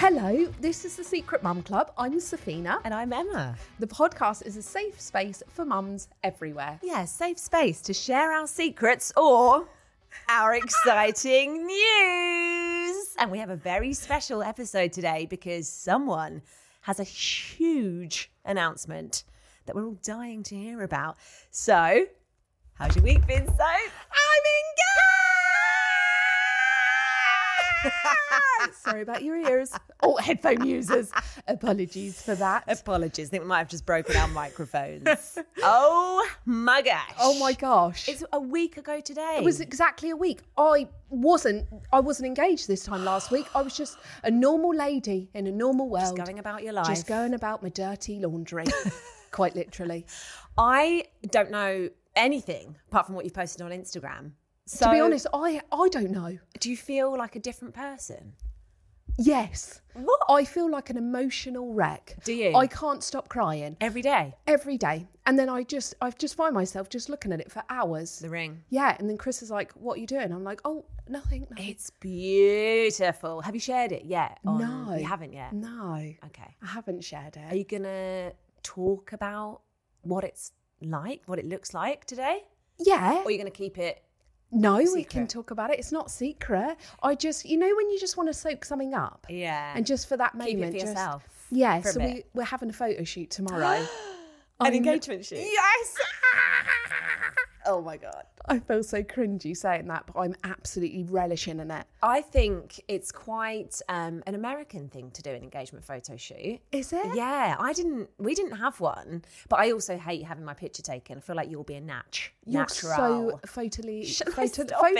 Hello, this is the Secret Mum Club. I'm Safina. And I'm Emma. The podcast is a safe space for mums everywhere. Yeah, safe space to share our secrets or our exciting news. And we have a very special episode today because someone has a huge announcement that we're all dying to hear about. So, how's your week been, so? I'm engaged! Sorry about your ears. Oh, headphone users. Apologies for that. Apologies. I think we might have just broken our microphones. oh my gosh. Oh my gosh. It's a week ago today. it was exactly a week. I wasn't I wasn't engaged this time last week. I was just a normal lady in a normal world. Just going about your life. Just going about my dirty laundry. Quite literally. I don't know anything apart from what you've posted on Instagram. So to be honest, I I don't know. do you feel like a different person? Yes. What? I feel like an emotional wreck. Do you? I can't stop crying. Every day. every day and then i just i just find myself just looking at it for hours The ring. yeah and then chris is like what are you doing i'm like oh nothing, nothing. It's beautiful. Have you shared it yet? on- no You haven't yet. no i Okay. haven't shared Are it you gonna talk about what it's like, what it looks like today? yeah Or are you gonna keep it no we can secret? talk about it it's not secret i just you know when you just want to soak something up Yeah. and just for that Keep it moment for just- yourself yeah for a so we, bit. we're having a photo shoot tomorrow an I'm- engagement shoot? Yes. oh my god. i feel so cringy saying that but i'm absolutely relishing in it I think it's quite um, an American thing to do an engagement photo shoot. is it Yeah, I didn't. We didn't have one, but I also hate having my picture taken. I feel like you'll be a natch. You're so natural. photally. Shall I photo- stop photally?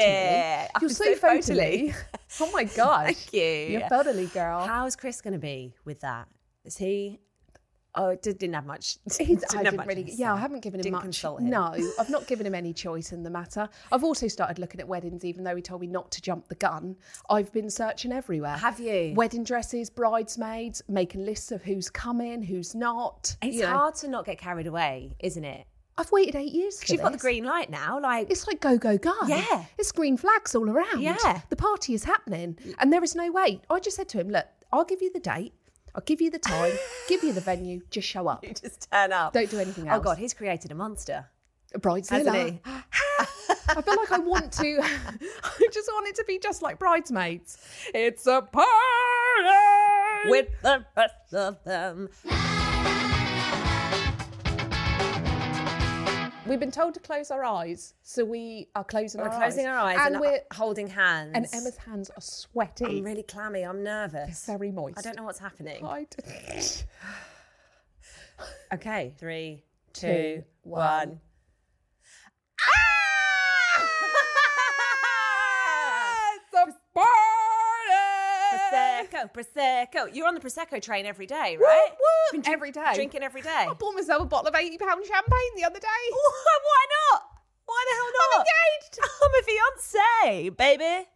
it? I'm You're so, so photally. photally. oh my gosh. Thank you. You're photily, girl. How's Chris going to be with that? Is he? Oh, it did- didn't have much. He's, didn't I have didn't much really, insight. yeah, I haven't given him Didn't much. Consult him. No, I've not given him any choice in the matter. I've also started looking at weddings, even though he told me not to jump the gun. I've been searching everywhere. Have you? Wedding dresses, bridesmaids, making lists of who's coming, who's not. It's you know. hard to not get carried away, isn't it? I've waited eight years. Because for you've got the this. green light now. Like, It's like go go go. Yeah. it's green flags all around. Yeah. the party is happening, and there is no wait. I just said to him, "Look, I'll give you the date, I'll give you the time, give you the venue. Just show up. you just turn up. Don't do anything Oh else." God, he's created a monster. Hasn't Bridezilla. he? I feel like I want to. I just want it to be just like bridesmaids. It's a party. with the rest of them. We've been told to close our eyes, so we are closing We're our closing eyes. our eyes and, and we're holding hands. and Emma's hands are sweaty. I'm really clammy. I'm nervous. They're very moist. I don't know what's happening. I d- Okay, three, two, Two, one. one. It's a Prosecco, prosecco. You're on the prosecco train every day, right? Woo, woo. Every day. Drinking every day. I bought myself a bottle of eighty pound champagne the other day. Why not? Why the hell not? I'm engaged. I'm a fiance, baby.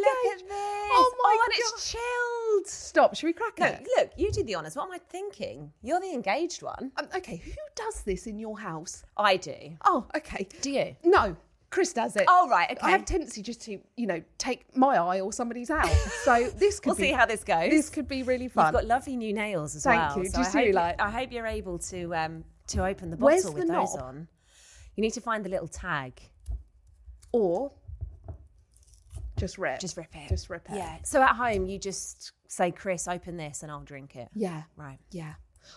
champagne look at engaged. this. Oh my and it's chilled. Stop. Should we crack it? No, look, you did the honours. What am I thinking? You're the engaged one. Um, okay. Who does this in your house? I do. Oh, okay. Do you? No, Chris does it. Oh, right, okay. I have tendency just to, you know, take my eye or somebody's out. So this could We'll be, see how this goes. This could be really You've fun. got lovely new nails as Thank well. you. so Do you I see hope like- I hope you're able to um to open the Where's bottle the with those knob? on. You need to find the little tag. Or just rip. Just rip it. Just rip it. Yeah. So at home, you just say, Chris, open this and I'll drink it. Yeah. Right. Yeah.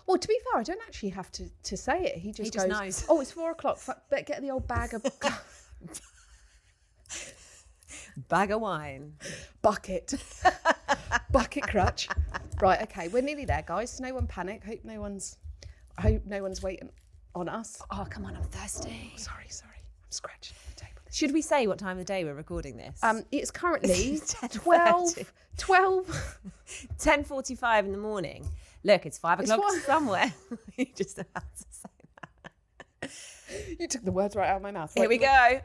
Well, to be fair, I don't actually have to, to say it. He just, just goes, knows. Oh, it's four o'clock. Fuck, Better get the old bag of Bag of wine. bucket, bucket crutch. Right. Okay. We're nearly there, guys. No one panic. Hope no one's. I hope no one's waiting on us. Oh, come on, I'm thirsty. Sorry. Sorry. I'm scratching the table. Should we say what time of the day we're recording this? Um, it's currently 10:30. 12, 12 ten forty-five in the morning. Look, it's five o'clock one- somewhere. you just have to say that. You took the words right out of my mouth. Wait, Here we go.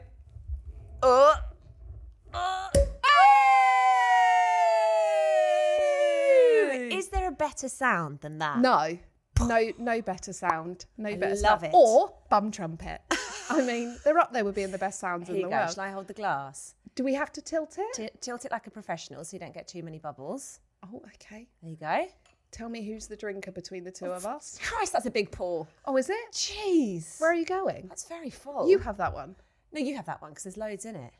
Oh. Oh. Is there a better sound than that? No, no, no better sound. No better love sound. it. Or bum trumpet. I mean, they're up there with being the best sounds Here in you the go. world. Shall I hold the glass? Do we have to tilt it? T- tilt it like a professional so you don't get too many bubbles. oh, okay. There you go. Tell me who's the drinker between the two of us. Christ, that's a big pour. Oh, is it? Jeez. Where are you going? That's very full. You have that one. no, you have that one because there's loads in it.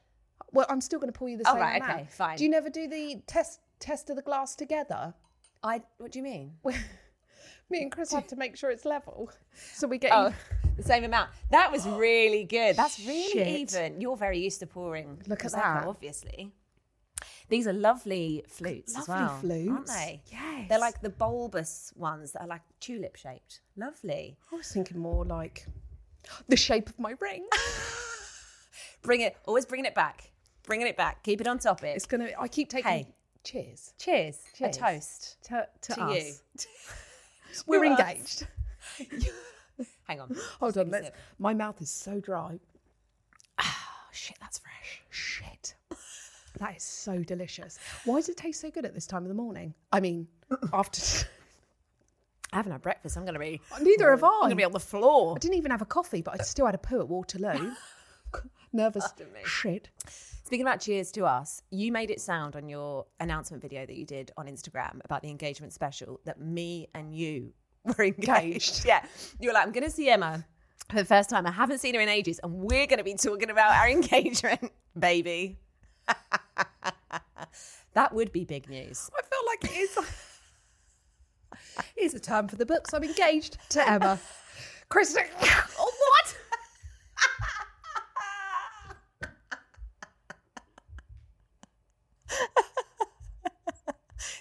Well, I'm still going to pour you the Oh, same right, amount. okay, fine. Do you never do the test test of the glass together? I. What do you mean? Me and Chris have to make sure it's level, so we get. Oh, the same amount. That was really good. That's really Shit. even. You're very used to pouring. Look at Prosecco, that. Obviously. These are lovely flutes as Lovely well. Aren't flutes. they? Yes. They're like the bulbous ones that are like tulip shaped. Lovely. I was thinking more like the shape of my ring. Bring it, always bringing it back. Bringing it back. Keep it on topic. It's gonna. I keep taking. Hey. Cheers. Cheers. Cheers. A toast To, to, to us. you. We're To us. engaged. Hang on. Hold on. a Let's, sip. my mouth is so dry. Oh, shit, that's fresh. Shit. That is so delicious. Why does it taste so good at this time of the morning? I mean, after. I haven't had breakfast. I'm going to be. Neither have I. I'm going to be on the floor. I didn't even have a coffee, but I still had a poo at Waterloo. Nervous shit. Speaking about cheers to us, you made it sound on your announcement video that you did on Instagram about the engagement special that me and you were engaged. yeah. You were like, I'm going to see Emma for the first time. I haven't seen her in ages, and we're going to be talking about our engagement, baby. that would be big news. I feel like it is. Here's a term for the books. I'm engaged to Emma. Kristen. Oh, what?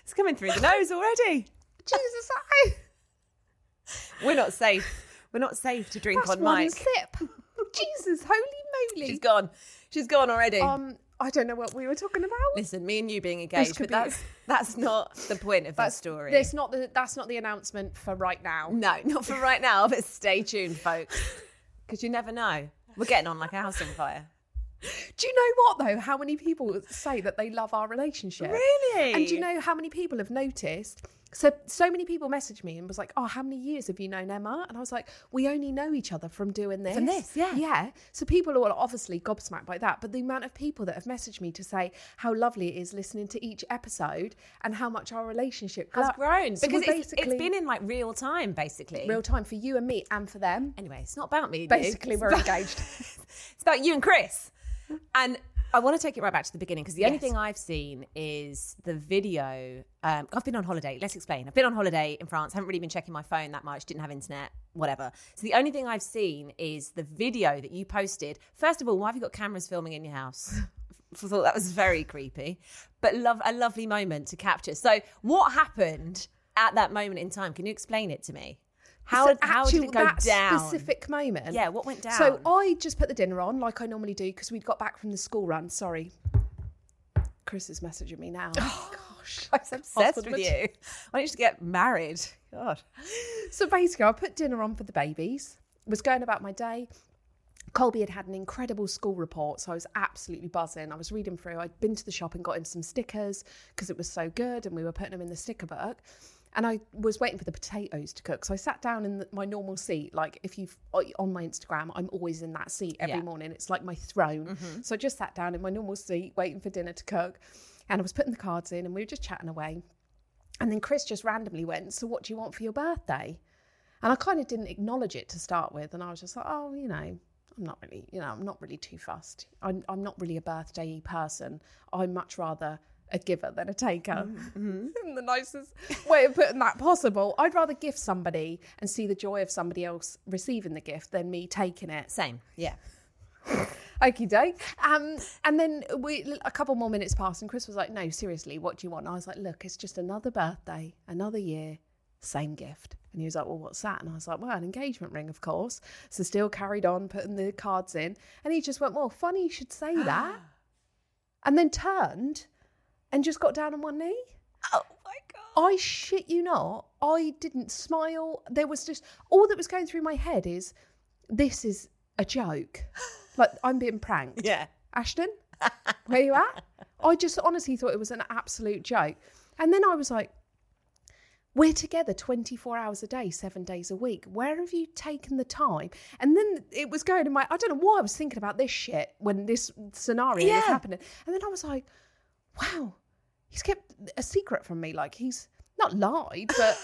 it's coming through the nose already. Jesus, I. We're not safe. We're not safe to drink That's on one mic. sip. Jesus, holy moly. She's gone. She's gone already. Um, I don't know what we were talking about. Listen, me and you being engaged, could but be- that's that's not the point of That's that story. That's not the that's not the announcement for right now. No, not for right now. But stay tuned, folks, because you never know. We're getting on like a house on fire. Do you know what though? How many people say that they love our relationship? Really? And do you know how many people have noticed? So so many people messaged me and was like, "Oh, how many years have you known Emma?" And I was like, "We only know each other from doing this." From this, yeah. Yeah. So people are obviously gobsmacked by that, but the amount of people that have messaged me to say how lovely it is listening to each episode and how much our relationship Has gro- grown So because we're it's, it's been in like real time, basically. real time for you and me and for them. Anyway, it's not about me. and you. Basically, It's we're about- engaged. It's about you and Chris. And I want to take it right back to the beginning because the only Yes. thing I've seen is the video. Um, I've been on holiday. Let's explain. I've been on holiday in France. Haven't really been checking my phone that much. Didn't have internet. Whatever. So the only thing I've seen is the video that you posted. First of all, why have you got cameras filming in your house? I thought that was very creepy, but love a lovely moment to capture. So what happened at that moment in time? Can you explain it to me? How, So how did actual- it go that down? Specific moment. Yeah, what went So down? I just put the dinner on like I normally do because we'd got back from the school run. Sorry, Chris is messaging me now. Gosh, I was Oh, obsessed Husband with you. I need to get married. God. So basically, I put dinner on for the babies. Was going about my day. Colby had had an incredible school report, so I was absolutely buzzing. I was reading through. I'd been to the shop and got him some stickers because it was so good, and we were putting them in the sticker book. And I was waiting for the potatoes to cook, so I sat down in the, my normal seat. Like if you on my Instagram, I'm always in that seat every Yeah. morning. It's like my throne. So I just sat down in my normal seat, waiting for dinner to cook. And I was putting the cards in, and we were just chatting away. And then Chris just randomly went, So, what do you want for your birthday? And I kind of didn't acknowledge it to start with. And I was just like, Oh, you know, I'm not really, you know, I'm not really too fussed. I'm, I'm not really a birthday person. I'm much rather a giver than a taker. In the nicest way of putting that possible. I'd rather gift somebody and see the joy of somebody else receiving the gift than me taking it. Same. Yeah. Okie doke. Um, and then we a couple more minutes passed, and Chris was like, "No, seriously, what do you want?" And I was like, "Look, it's just another birthday, another year, same gift." And he was like, "Well, what's that?" And I was like, "Well, an engagement ring, of course." So still carried on putting the cards in, and he just went, "Well, funny you should say that," and then turned and just got down on one knee. Oh my god. I shit you not, I didn't smile. There was just all that was going through my head is this is a joke. Like I'm being pranked. Yeah. Ashton, where you at? I just honestly thought it was an absolute joke. And then I was like, we're together 24 hours a day, seven days a week. Where have you taken the time? And then it was going in my, I don't know why I was thinking about this shit when this scenario Yeah. was happening. And then I was like, wow, he's kept a secret from me. Like he's not lied, but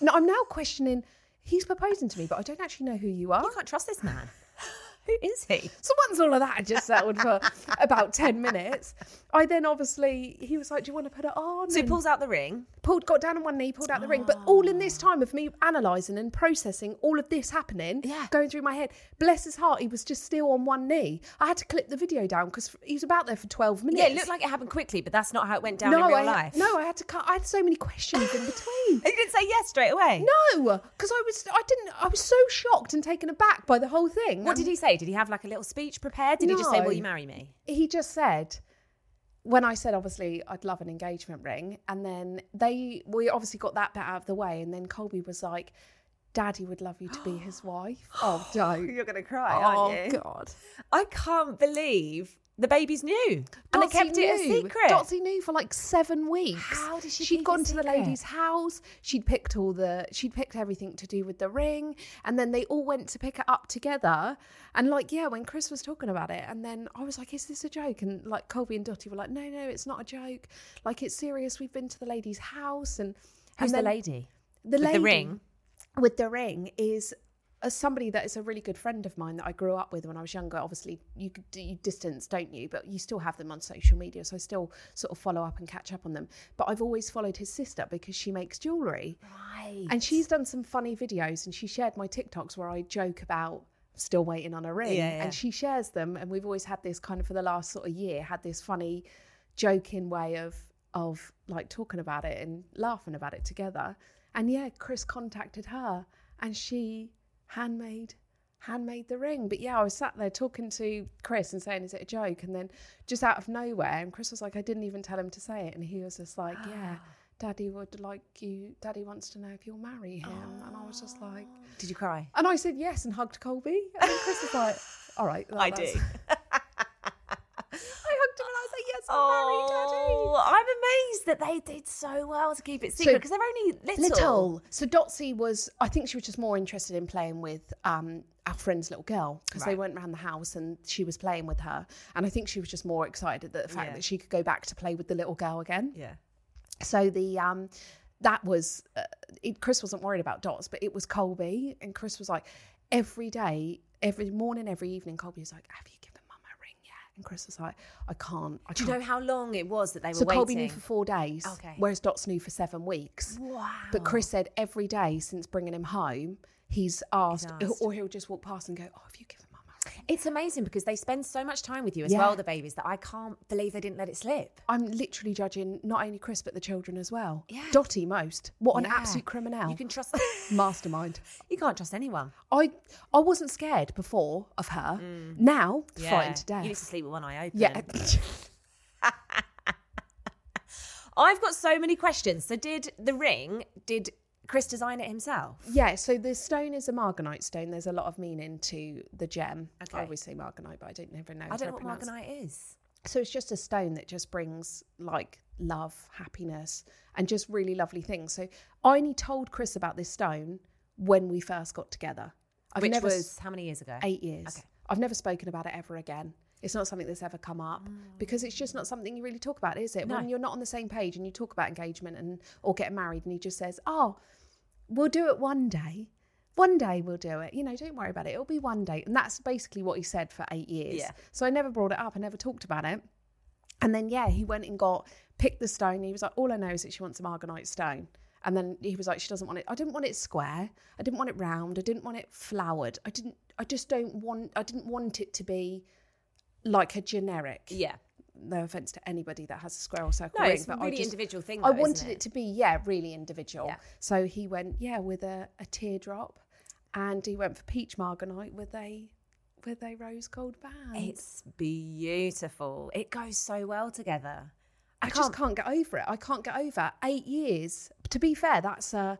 no, I'm now questioning, he's proposing to me, but I don't actually know who you are. You can't trust this man. Who is he? So once all of that had just settled for about 10 minutes, I then obviously, he was like, Do you want to put it on? So he And pulls out the ring. pulled, got down on one knee, pulled out the ring. But all in this time of me analysing and processing all of this happening, Yeah. going through my head, bless his heart, he was just still on one knee. I had to clip the video down because he was about there for 12 minutes. Yeah, it looked like it happened quickly, but that's not how it went down in real I, life. No, I had to cut, I had so many questions in between. He didn't say yes straight away. No, because I was, I didn't, I was so shocked and taken aback by the whole thing. What did he say? Did he have like a little speech prepared? Did he just say, "Will No. you marry me?" he just said when I said obviously I'd love an engagement ring, and then they we obviously got that bit out of the way, and then Colby was like, "Daddy would love you to be his wife." Oh, don't. You're gonna cry, Oh God! I can't believe the babies knew, and they Dotsy kept it a knew. secret. Dotsy knew for like seven weeks. How did she She'd keep gone it to the secret? lady's house. She'd picked all the. She'd picked everything to do with the ring, and then they all went to pick it up together. And like, yeah, when Chris was talking about it, and then I was like, "Is this a joke?" And like, Colby and Dotty were like, "No, no, it's not a joke. Like, it's serious. We've been to the lady's house, and and Who's the then lady? The With lady the ring. with the ring is as somebody that is a really good friend of mine that I grew up with when I was younger. Obviously, you could do you distance, don't you? But you still have them on social media, so I still sort of follow up and catch up on them. But I've always followed his sister because she makes jewelry, Right. and she's done some funny videos, and she shared my TikToks where I joke about still waiting on a ring, Yeah, yeah. and she shares them, and we've always had this kind of for the last sort of year had this funny, joking way of of like talking about it and laughing about it together, and yeah, Chris contacted her, and she handmade handmade the ring but yeah i was sat there talking to chris and saying is it a joke and then just out of nowhere and chris was like i didn't even tell him to say it and he was just like yeah daddy would like you daddy wants to know if you'll marry him and i was just like Did you cry? and i said yes and hugged colby and then chris was like all right I that's- do. i hugged him and i was like yes i'll marry daddy Oh, I'm amazed that they did so well to keep it secret because they're only little. Little. So Dotsy was, I think she was just more interested in playing with um, our friend's little girl because they went around the house and she was playing with her. And I think she was just more excited at the fact Yeah. that she could go back to play with the little girl again. Yeah. So the um, that was uh, it, Chris wasn't worried about dots, but it was Colby, and Chris was like every day, every morning, every evening. Colby was like, "Have you given Mum a ring yet?" And Chris was like, "I can't." I Do you can't." know how long it was that they were so waiting? Colby knew for four days, Okay. whereas Dots knew for seven weeks. Wow. But Chris said every day since bringing him home, he's asked, asked. or he'll just walk past and go, "Oh, have you given Mum a ring?" It's amazing because they spend so much time with you as Yeah. well, the babies, that I can't believe they didn't let it slip. I'm literally judging not only Chris but the children as well. Yeah. Dotty most. What an Yeah. absolute criminal. You can trust. mastermind. you can't trust anyone. I I wasn't scared before of her. Now, frightened to Mm. You need to death. sleep with one eye open. Yeah. I've got so many questions. So, did the ring? Did Chris design it himself? yeah, so the stone is a marganite stone. There's a lot of meaning to the gem. Okay. I always say marganite, but I don't never know. I how don't to know what pronounce it. Marganite is. So it's just a stone that just brings like love, happiness, and just really lovely things. So I only told Chris about this stone when we first got together. I've which never was how many years ago? eight years. Okay. I've never spoken about it ever again. It's not something that's ever come up because it's just not something you really talk about, is it? Ah. No. When you're not on the same page and you talk about engagement and or getting married, and he just says, "Oh, we'll do it one day," One day we'll do it. You know, don't worry about it. It'll be one day. And that's basically what he said for eight years. Yeah. So I never brought it up. I never talked about it. And then, yeah, he went and got, picked the stone. He was like, all I know is that she wants a Marganite stone. And then he was like, she doesn't want it. I didn't want it square. I didn't want it round. I didn't want it flowered. I didn't, I just don't want, I didn't want it to be like a generic. Yeah. No offense to anybody that has a square or circle No, ring. it's a but I really just- individual thing, I though, wanted isn't it? it? to be, yeah, really individual. Yeah. So he went, yeah, with a, a teardrop. And he went for peach margonite with a with a rose gold band. It's beautiful. It goes so well together. I, just can't get over it. I can't get over eight years. To be fair, that's uh,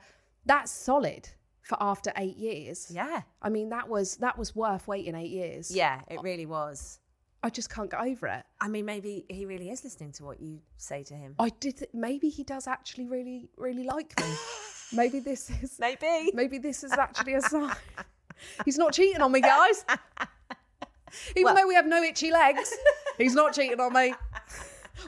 that's solid for after eight years. Yeah. I mean, that was that was worth waiting eight years. Yeah, it really was. I just can't get over it. I mean, maybe he really is listening to what you say to him. I did. Th- maybe he does actually really, really like me. maybe this is Maybe. maybe this is actually a sign. He's not cheating on me, guys. Even Well- though we have no itchy legs, he's not cheating on me.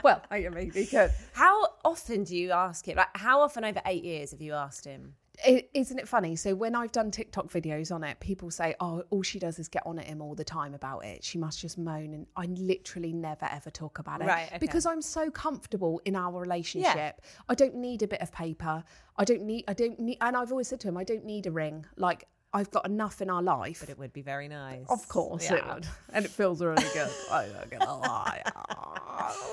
Well, I mean, he could. How often do you ask him? Like, how often over eight years have you asked him? is isn't it funny? So when I've done TikTok videos on it, people say, "Oh, all she does is get on at him all the time about it. She must just moan." And I literally never ever talk about it Right, okay. because I'm so comfortable in our relationship. I don't need a bit of paper. I don't need. I don't need. And I've always said to him, "I don't need a ring. Like I've got enough in our life." It would be very nice. of course it would, and it feels really good. I'm not gonna lie.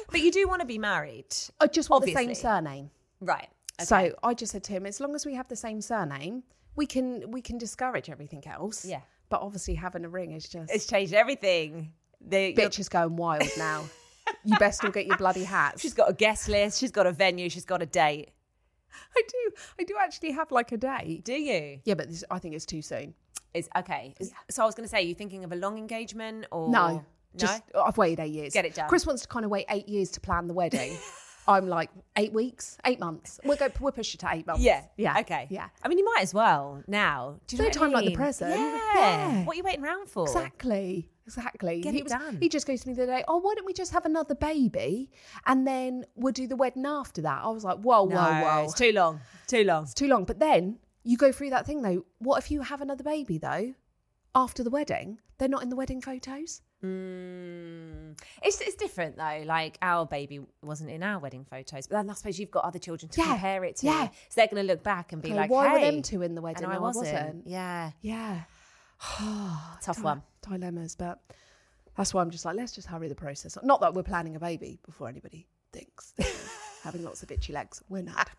But you do want to be married. I just want the Obviously. same surname. Right. So I just said to him, as long as we have the same surname, we can we can discourage everything else. Yeah. But obviously having a ring is just It's changed everything. The, your- bitch is going wild now. you best all get your bloody hats. she's got a guest list. She's got a venue. She's got a date. I do I do actually have like a day. Do you? Yeah, but this, I think it's too soon. Is okay. Is- So I was going to say, are you thinking of a long engagement or No. No. Just oh, I've waited eight years. Get it done. Chris wants to kind of wait eight years to plan the wedding. I'm like eight weeks, eight months. We'll go. We'll push it to eight months. yeah. yeah, Oh, Okay. yeah. I mean, you might as well now. Do you know No what I time like the mean? present. Yeah. Yeah. What are you waiting around for? Exactly. Exactly. Get he it done. He just goes to me the other day, oh, why don't we just have another baby and then we'll do the wedding after that? I was like, whoa, No, whoa, whoa. it's too long. Too long. It's too long. But then you go through that thing though. What if you have another baby though after the wedding? They're not in the wedding photos. Mm. It's it's different though. Like our baby wasn't in our wedding photos, but then I suppose you've got other children to Yeah, compare it to. yeah. So they're going to look back and be Go, like, "Why were hey, them two in the wedding And I, and I wasn't. wasn't? Yeah. Yeah. Tough one. Dilemmas. But that's why I'm just like, let's just hurry the process. up. Not that we're planning a baby before anybody thinks. Having lots of itchy legs. We're not.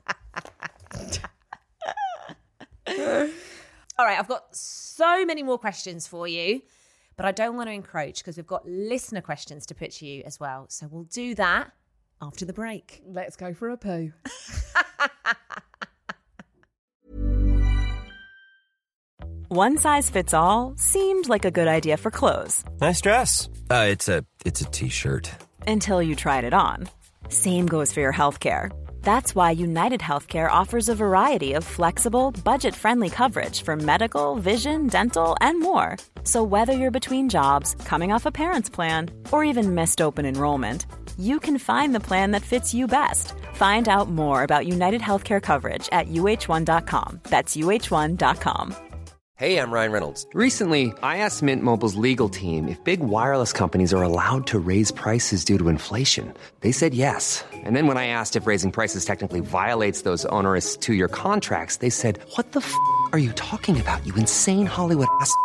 All right, I've got so many more questions for you, but I don't want to encroach because we've got listener questions to put to you as well. So we'll do that after the break. Let's go for a poo. One size fits all seemed like a good idea for clothes Nice dress. Uh, it's a it's a t-shirt. until you tried it on. Same goes for your healthcare. That's why United Healthcare offers a variety of flexible, budget friendly coverage for medical, vision, dental, and more. So, whether you're between jobs, coming off a parent's plan, or even missed open enrollment, you can find the plan that fits you best. Find out more about United Healthcare coverage at uh1.com. That's uh1.com. Hey, I'm Ryan Reynolds. Recently, I asked Mint Mobile's legal team if big wireless companies are allowed to raise prices due to inflation. They said yes. And then when I asked if raising prices technically violates those onerous two year contracts, they said, What the f are you talking about, you insane Hollywood ass? f-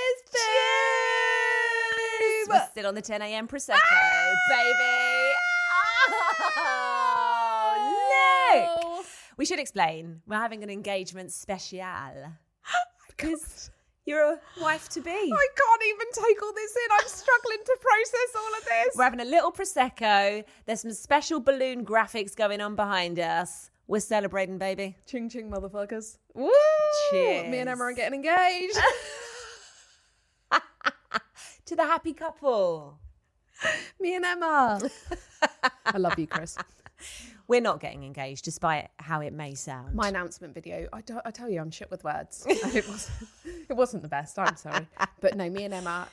Cheers. We're still on the 10 a.m. Prosecco, baby. Ah! Oh, look. We should explain. We're having an engagement special. Because you're a wife to be. I can't even take all this in. I'm struggling to process all of this. We're having a little Prosecco. There's some special balloon graphics going on behind us. We're celebrating, baby. Ching ching, motherfuckers. Woo! Me Cheers. and Emma are getting engaged. To the happy couple. Me and Emma. I love you, Chris. We're not getting engaged, despite how it may sound. My announcement video. I, don't, I tell you, I'm shit with words. It wasn't, it wasn't the best. I'm sorry. But no, me and Emma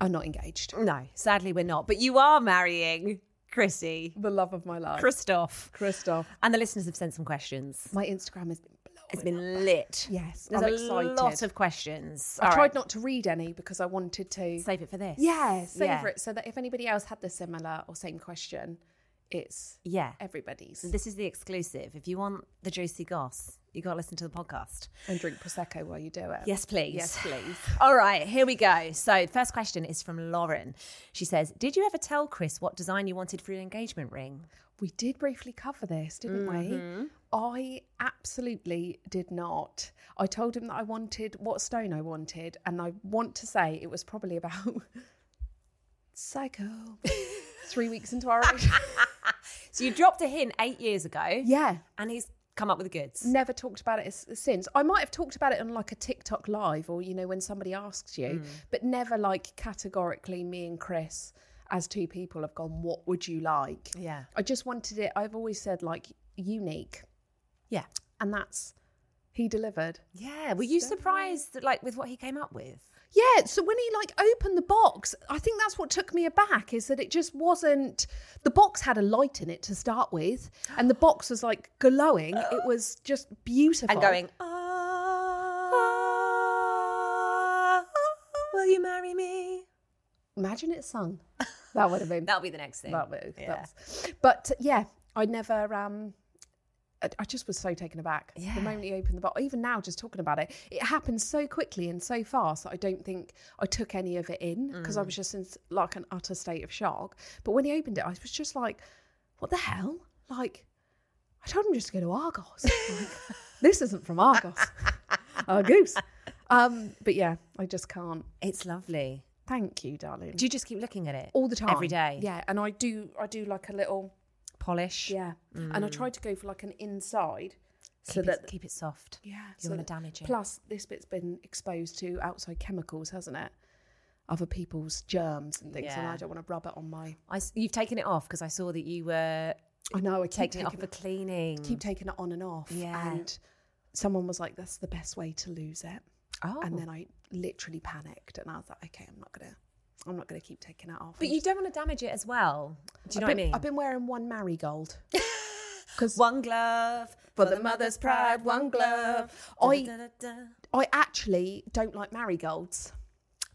are not engaged. No, sadly, we're not. But you are marrying Chrissy, The love of my life. Christoph. Christoph. And the listeners have sent some questions. My Instagram has been blowing. It's been lit. Yes, There's I'm a excited. lot of questions. I All tried right, not to read any because I wanted to. Save it for this. yeah, save Yeah. it so that if anybody else had the similar or same question, it's Yeah. everybody's. So this is the exclusive. If you want the juicy goss, you got to listen to the podcast. and drink prosecco while you do it. Yes, please. Yes, please. All right, here we go. So, first question is from Lauren. She says, "Did you ever tell Chris what design you wanted for your engagement ring?" We did briefly cover this, didn't we? I absolutely did not. I told him that I wanted what stone I wanted, and I want to say it was probably about psycho. Three weeks into our relationship. So you dropped a hint eight years ago, yeah. and he's come up with the goods. Never talked about it s- since. I might have talked about it on like a TikTok live or, you know, when somebody asks you, but never like categorically me and Chris as two people have gone, what would you like? Yeah. I just wanted it, I've always said like unique. Yeah, And that's, he delivered. yeah. Were you surprised, like, with what he came up with? Yeah, so when he like opened the box, I think that's what took me aback is that it just wasn't the box had a light in it to start with and the box was like glowing. It was just beautiful. And going, ah, will you marry me? Imagine it sung. That would have been That'll be the next thing. that would Yeah. that's- but yeah, I never um I I just was so taken aback the moment he opened the box. Even now, just talking about it, it happened so quickly and so fast that I don't think I took any of it in because I Mm. was just in s- like an utter state of shock. But when he opened it, I was just like, "What the hell?" Like, I told him just to go to Argos. Like, this isn't from Argos. Argos. Um, but yeah, I just can't. It's lovely. Thank you, darling. Do you just keep looking at it all the time, every day? Yeah, and I do. I do like a little. polish. Yeah. And Mm. I tried to go for like an inside keep so it, that keep it soft. yeah, you so want that- to damage it. Plus this bit's been exposed to outside chemicals, hasn't it? Other people's germs and things, and Yeah. I don't want to rub it on my. I s you've taken it off because I saw that you were I know I keep taking taking, it off for cleaning. keep taking it on and off. Yeah. And someone was like, "That's the best way to lose it," oh, and then I literally panicked, and I was like, "Okay, I'm not gonna, I'm not gonna keep taking it off." but I'm you don't want to damage it as well. Do you know I've been, what I mean? have been wearing one marigold. Because one glove for the mother's pride. One glove. I- Da-da-da-da. I actually don't like marigolds.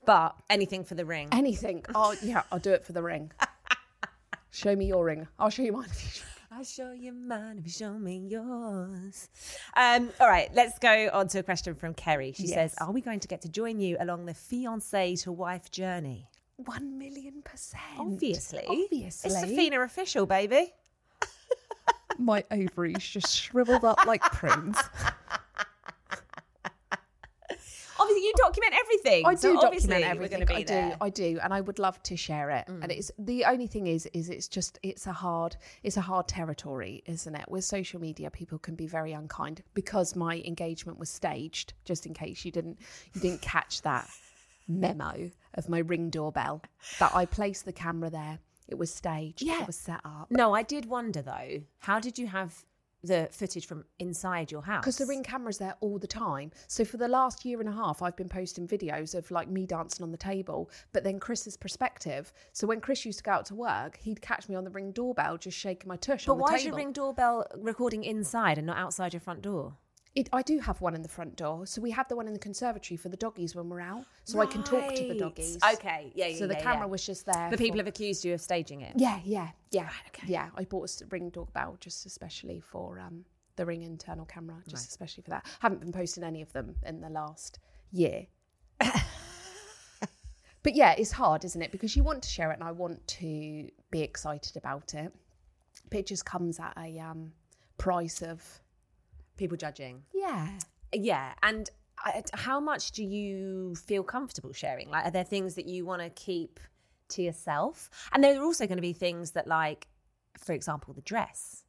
But anything for the ring. Anything. Oh, yeah, I'll do it for the ring. show me your ring. I'll show you mine. I'll show you mine if you show me yours. Um, all right, let's go on to a question from Kerry. She says, Are we going to get to join you along the fiance to wife journey? One million percent. Obviously. Obviously. It's Safina official, baby. My ovaries just shriveled up like prunes. Obviously, you document everything. I do so obviously document we're everything. gonna be I do. there. Mm. I do, and I would love to share it. And it's the only thing is, is it's just it's a hard, it's a hard territory, isn't it? With social media, people can be very unkind because my engagement was staged. Just in case you didn't, you didn't catch that memo of my ring doorbell that I placed the camera there. It was staged. Yeah. It was set up. No, I did wonder though, how did you have the footage from inside your house? Because the ring camera's there all the time. So for the last year and a half, I've been posting videos of like me dancing on the table, but then Chris's perspective. So when Chris used to go out to work, he'd catch me on the ring doorbell just shaking my tush But on the why table. is your ring doorbell recording inside and not outside your front door? It, I do have one in the front door. So we had the one in the conservatory for the doggies when we're out. So I can talk to the Right. doggies. Okay, yeah, yeah. So the yeah, camera yeah. was just there. But people for- have accused you of staging it. Yeah, yeah, yeah. Right, okay. Yeah, I bought a s- ring doorbell just especially for um, the ring internal camera, just especially for that. haven't been posting any of them in the last year. But yeah, it's hard, isn't it? Because you want to share it and I want to be excited about it. But it just comes at a um, price of, People judging. yeah. Yeah, and I, how much do you feel comfortable sharing? Like, are there things that you want to keep to yourself? And there are also going to be things that, like, for example, the dress.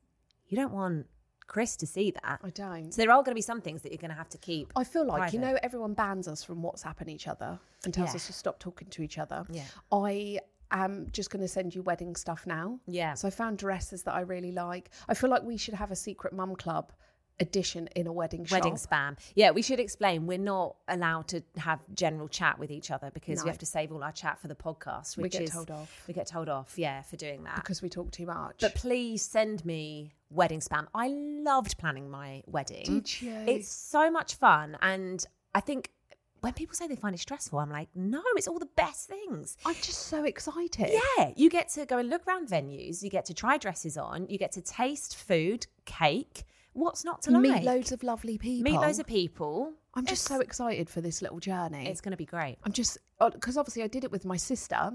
You don't want Chris to see that. I don't. So there are going to be some things that you're going to have to keep. I feel like, you private. know, everyone bans us from WhatsApping each other and tells Yeah. us to stop talking to each other. Yeah. I am just going to send you wedding stuff now. Yeah. So I found dresses that I really like. I feel like we should have a secret mum club edition in a wedding shop. Wedding spam. Yeah, we should explain we're not allowed to have general chat with each other because we No. have to save all our chat for the podcast. We Which get is, told off. We get told off, yeah, for doing that. because we talk too much. But please send me wedding spam. I loved planning my wedding. Did you? It's so much fun. And I think when people say they find it stressful, I'm like, no, it's all the best things. I'm just so excited. Yeah, you get to go and look around venues, you get to try dresses on, you get to taste food, cake. What's not to like? Meet loads of lovely people. Meet loads of people. I'm just so It's- excited for this little journey. It's going to be great. I'm just because obviously I did it with my sister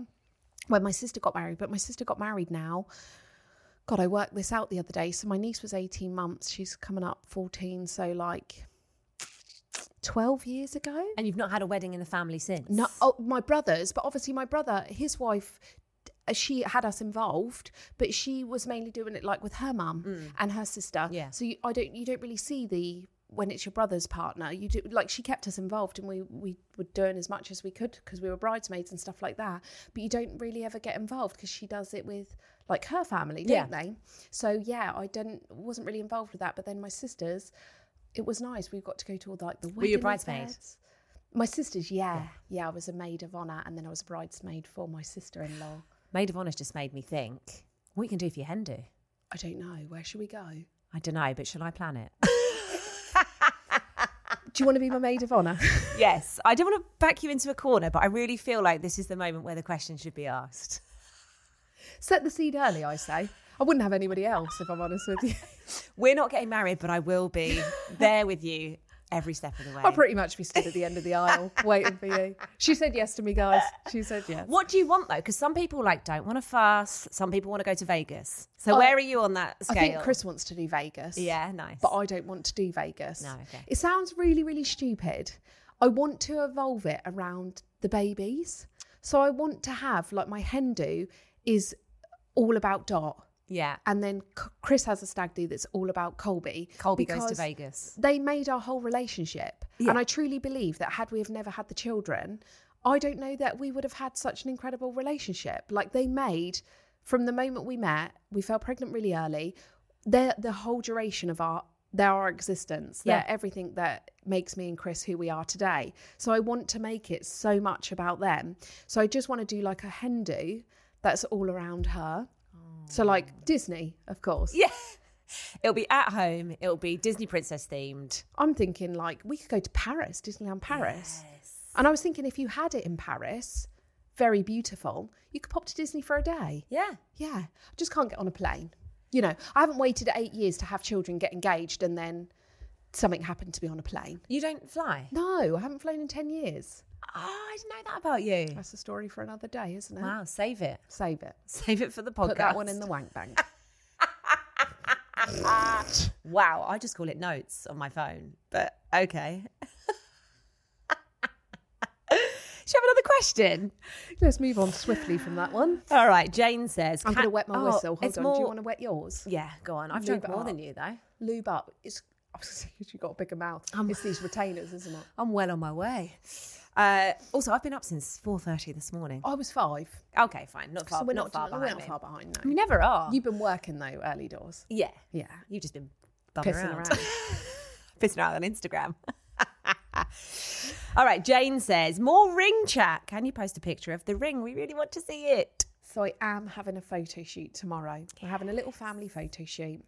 when my sister got married, but my sister got married now. God, I worked this out the other day. So my niece was 18 months. She's coming up 14. So like 12 years ago. And you've not had a wedding in the family since. No, oh, my brothers, but obviously my brother, his wife, uh, she had us involved, but she was mainly doing it like with her mum and her sister. Mm. Yeah. So you, I don't, you don't really see the when it's your brother's partner. You do like she kept us involved, and we we were doing as much as we could because we were bridesmaids and stuff like that. But you don't really ever get involved because she does it with like her family, don't Yeah. they? So yeah, I didn't wasn't really involved with that. But then my sisters. It was nice. We got to go to all the, like the Were you a wedding bridesmaid? events. My sisters, yeah. yeah. I was a maid of honour and then I was a bridesmaid for my sister in law. Maid of Honour's just made me think what you can do for your hen do. I don't know. Where should we go? I don't know, but shall I plan it? Do you want to be my maid of honour? Yes, I don't want to back you into a corner, but I really feel like this is the moment where the question should be asked. Set the seed early, I say. I wouldn't have anybody else if I'm honest with you. We're not getting married, but I will be there with you every step of the way. I'll pretty much be stood at the end of the aisle waiting for you. She said yes to me, guys. She said yes. What do you want though? Because some people like don't want to fast. Some people want to go to Vegas. So Oh, where are you on that I scale? think Chris wants to do Vegas. Yeah, nice. But I don't want to do Vegas. No, okay. It sounds really, really stupid. I want to evolve it around the babies. So I want to have like my hen do is all about Dot. yeah, and then C- Chris has a stag do that's all about Colby. Colby goes to because Vegas. They made our whole relationship, and I truly believe that had we have never had the children, I don't know that we would have had such an incredible relationship. Like they made from the moment we met, we fell pregnant really early. They're the whole duration of our their our existence. They're Yeah. everything that makes me and Chris who we are today. So I want to make it so much about them. So I just want to do like a hen do that's all around her. So like Disney, of course. yeah. It'll be at home. It'll be Disney princess themed. I'm thinking like we could go to Paris, Disneyland Paris. And I was thinking if you had it in Paris, very beautiful, you could pop to Disney for a day. Yeah, Yeah. I just can't get on a plane. You know, I haven't waited eight years to have children get engaged and then something happened to be on a plane. you don't fly. No, I haven't flown in 10 years. Oh, I didn't know that about you. That's a story for another day, isn't it? Wow, save it. Save it. Save it for the podcast. Put that one in the wank bank. Wow, I just call it notes on my phone, but okay. Should we have another question? Let's move on swiftly from that one. All right, Jane says, I'm "Can- going to wet my Oh, whistle. it's Hold on. Do you more- want to wet yours? Yeah, go on. I've Lube drunk it more up. than you, though. lube up. It's I was gonna say, you've got a bigger mouth. Um, it's these retainers, isn't it? I'm well on my way. Uh, also, I've been up since 4.30 this morning. I was five, Okay, fine. Not far, so we're not, not far we're behind not me. far behind. No. We never are. You've been working though, early doors. yeah. Yeah, You've just been bumming pissing around. around. pissing out on Instagram. All right, Jane says, more ring chat. Can you post a picture of the ring? We really want to see it. so I am having a photo shoot tomorrow. We're having a little family photo shoot.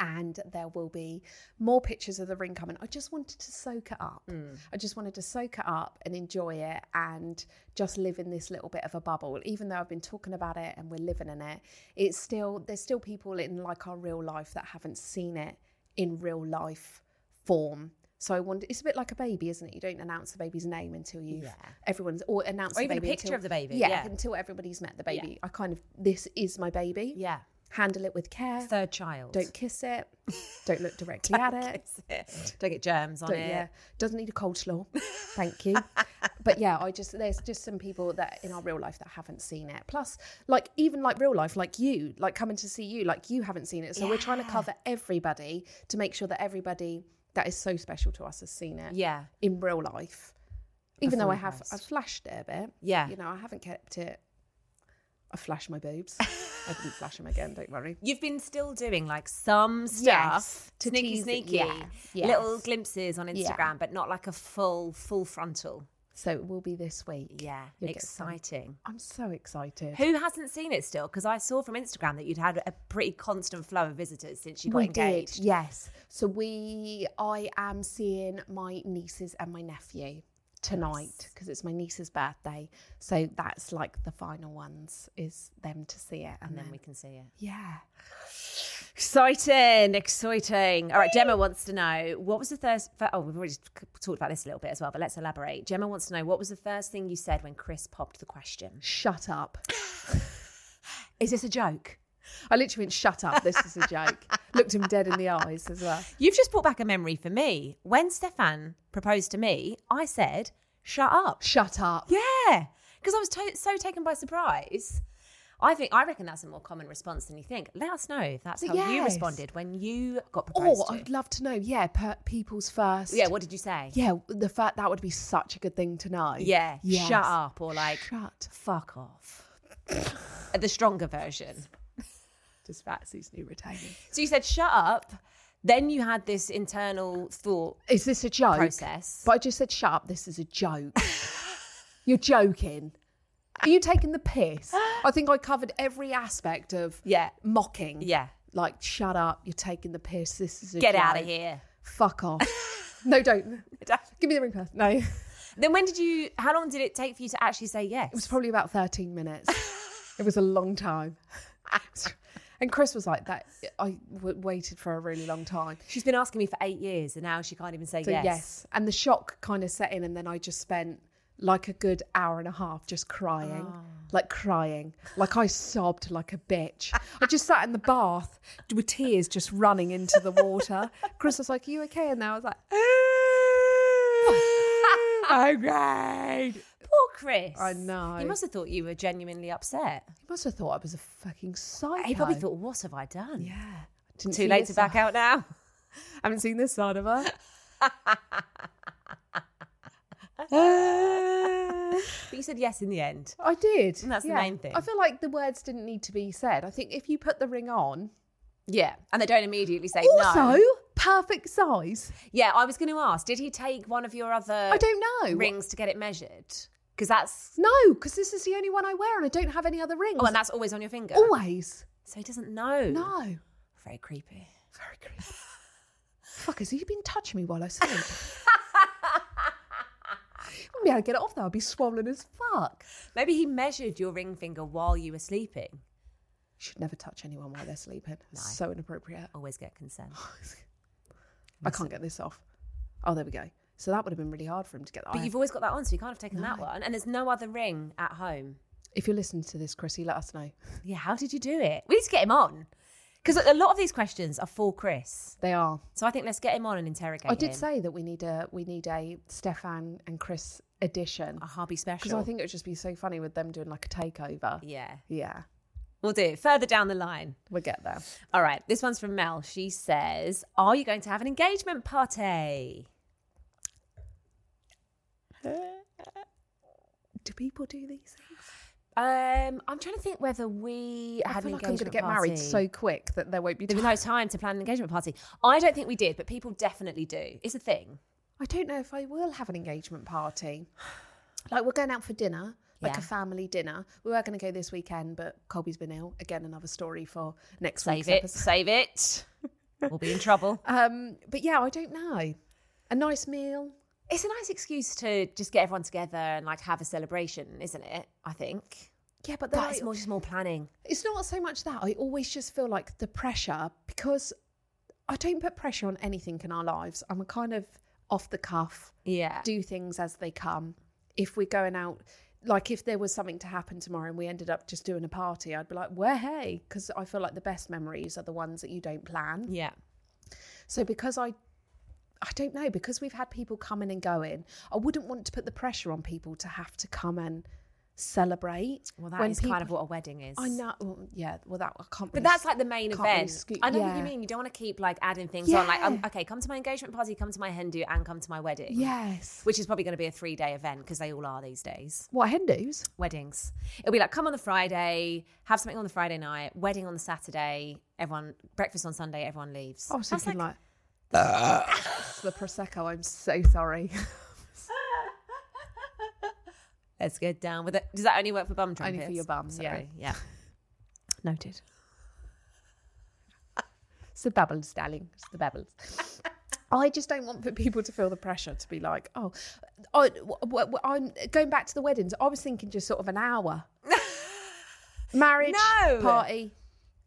And there will be more pictures of the ring coming. I just wanted to soak it up. Hmm. I just wanted to soak it up and enjoy it and just live in this little bit of a bubble. Even though I've been talking about it and we're living in it, it's still, there's still people in like our real life that haven't seen it in real life form So I wonder, it's a bit like a baby, isn't it? You don't announce the baby's name until you've everyone's or announce Or the even a baby picture until- of the baby, Yeah, yeah. until everybody's met the Yeah. baby. I kind of this is my baby. Yeah. Handle it with care. Third child. Don't kiss it. Don't look directly at it. kiss it. Don't get germs on Don't- it. yeah, doesn't need a coleslaw. Thank you. but yeah, I just there's just some people that in our real life that haven't seen it. Plus, like even like real life, like you, like coming to see you, like you haven't seen it. So we're trying to cover everybody to make sure that everybody that is so special to us has seen it. Yeah. in real life. Even though Before I and have post. I've flashed it a bit. Yeah. you know I haven't kept it. I flash my boobs. I didn't flash them again. Don't worry. You've been still doing like some stuff, Yes, to sneaky, tease- sneaky, yeah, yes. little glimpses on Instagram, Yeah. but not like a full, full frontal. So it will be this week. Yeah, You'll get some. exciting. I'm so excited. Who hasn't seen it still? Because I saw from Instagram that you'd had a pretty constant flow of visitors since you got we engaged. did, yes. So we, I am seeing my nieces and my nephew tonight because it's my niece's birthday. So that's like the final ones is them to see it, and, And then, then we can see it. yeah. Exciting, exciting. All right, Gemma wants to know what was the first. fir- Oh, we've already c- talked about this a little bit as well, but let's elaborate. Gemma wants to know what was the first thing you said when Chris popped the question. Shut up! Is this a joke? I literally went, "Shut up! This is a joke." Looked him dead in the eyes as well. You've just brought back a memory for me. When Stefan proposed to me, I said, "Shut up." Shut up! Yeah, because I was to- so taken by surprise. I think I reckon that's a more common response than you think. Let us know if that's how you Yes. responded when you got proposed Or to. Oh, I'd love to know, yeah, per- people's first. yeah, what did you say? yeah, the fact that would be such a good thing to know. Yeah, Yes. shut up or like Shut. fuck off. the stronger version. Just Patsy's new retainer. So you said shut up, then you had this internal thought. Is this a joke? Process. But I just said, shut up, this is a joke. You're joking. Are you taking the piss? I think I covered every aspect of Yeah. mocking. Yeah. Like, shut up, you're taking the piss, this is a Get out of joke. here. Fuck off. no, don't. Give me the ring first. No. It Then when did you how long did it take for you to actually say yes? It was probably about 13 minutes. it was a long time. and Chris was like, that. I w- waited for a really long time. She's been asking me for eight years and now she can't even say So yes. yes. And the shock kind of set in, and then I just spent like a good hour and a half just crying. Ah. Like crying, like I sobbed like a bitch. I just sat in the bath with tears just running into the water. Chris was like, "Are you okay?" And I was like, oh great. Poor Chris. I know. He must have thought you were genuinely upset. "He must have thought I was a fucking psycho." He probably thought, what have I done? "Yeah, Didn't Too see late this to back side. out now. I haven't seen this side of her." But you said yes in the end. I did. And that's the main thing. I feel like the words didn't need to be said. I think if you put the ring on, Yeah. And they don't immediately say also no. perfect size. Yeah, I was going to ask, did he take one of your other I don't know. rings to get it measured? Because that's No, because this is the only one I wear, and I don't have any other rings. Oh, and that's always on your finger. always. So he doesn't know. No, Very creepy. very creepy. Fuckers, have you been touching me while I sleep? I wouldn't be able to get it off though. I'd be swollen as fuck. Maybe he measured your ring finger while you were sleeping. Should never touch anyone while they're sleeping. It's So inappropriate. Always get consent. I can't get this off. Oh, there we go. So that would have been really hard for him to get that. But I- you've always got that on, so you can't have taken that one. And there's no other ring at home. if you're listening to this, Chrissy, let us know. Yeah, how did you do it? We need to get him on. Because a lot of these questions are for Chris. They are. So I think let's get him on and interrogate I did him. say that we need a we need a Stefan and Chris edition a hobby because special. I think it would just be so funny with them doing like a takeover. Yeah. Yeah, We'll do it further down the line. we'll get there. All right, this one's from Mel. She says, Are you going to have an engagement party? Do people do these things? Um, I'm trying to think whether we I had feel an like I'm going engagement to get party. married so quick that there won't be there was time. no time to plan an engagement party. I don't think we did, but people definitely do. It's a thing. I don't know if I will have an engagement party. Like we're going out for dinner, like Yeah. a family dinner. We were going to go this weekend, but Colby's been ill. Again, another story for next Save week's it. episode. Save it. We'll be in trouble. Um, but yeah, I don't know. A nice meal. It's a nice excuse to just get everyone together and like have a celebration, isn't it? I think. Yeah, but then But I- it's more just more planning. It's not so much that. I always just feel like the pressure because I don't put pressure on anything in our lives. I'm a kind of off the cuff, Yeah. do things as they come. If we're going out, like if there was something to happen tomorrow and we ended up just doing a party, I'd be like, where, hey? Because I feel like the best memories are the ones that you don't plan. yeah. So because I I don't know, because we've had people coming and going, I wouldn't want to put the pressure on people to have to come and celebrate. Well, that is kind of what a wedding is. I know. Well, yeah. Well, that I can't. But really that's s- like the main can't really event. scoop- I know what yeah. you mean. You don't want to keep like adding things on. Like, um, Yeah. okay, come to my engagement party, come to my Hindu, and come to my wedding. Yes. Which is probably going to be a three day event because they all are these days. What Hindus? Weddings. It'll be like, come on the Friday, have something on the Friday night, wedding on the Saturday, everyone, breakfast on Sunday, everyone leaves. I was That's thinking like- like, It's the prosecco. I'm so sorry. Let's get down with it. Does that only work for bum Only trumpets? for your bum, yeah. Sorry. Yeah. Noted. It's the bubbles, darling. It's the bubbles. I just don't want for people to feel the pressure to be like, oh, I, w- w- I'm going back to the weddings. I was thinking just sort of an hour. Marriage, No. party,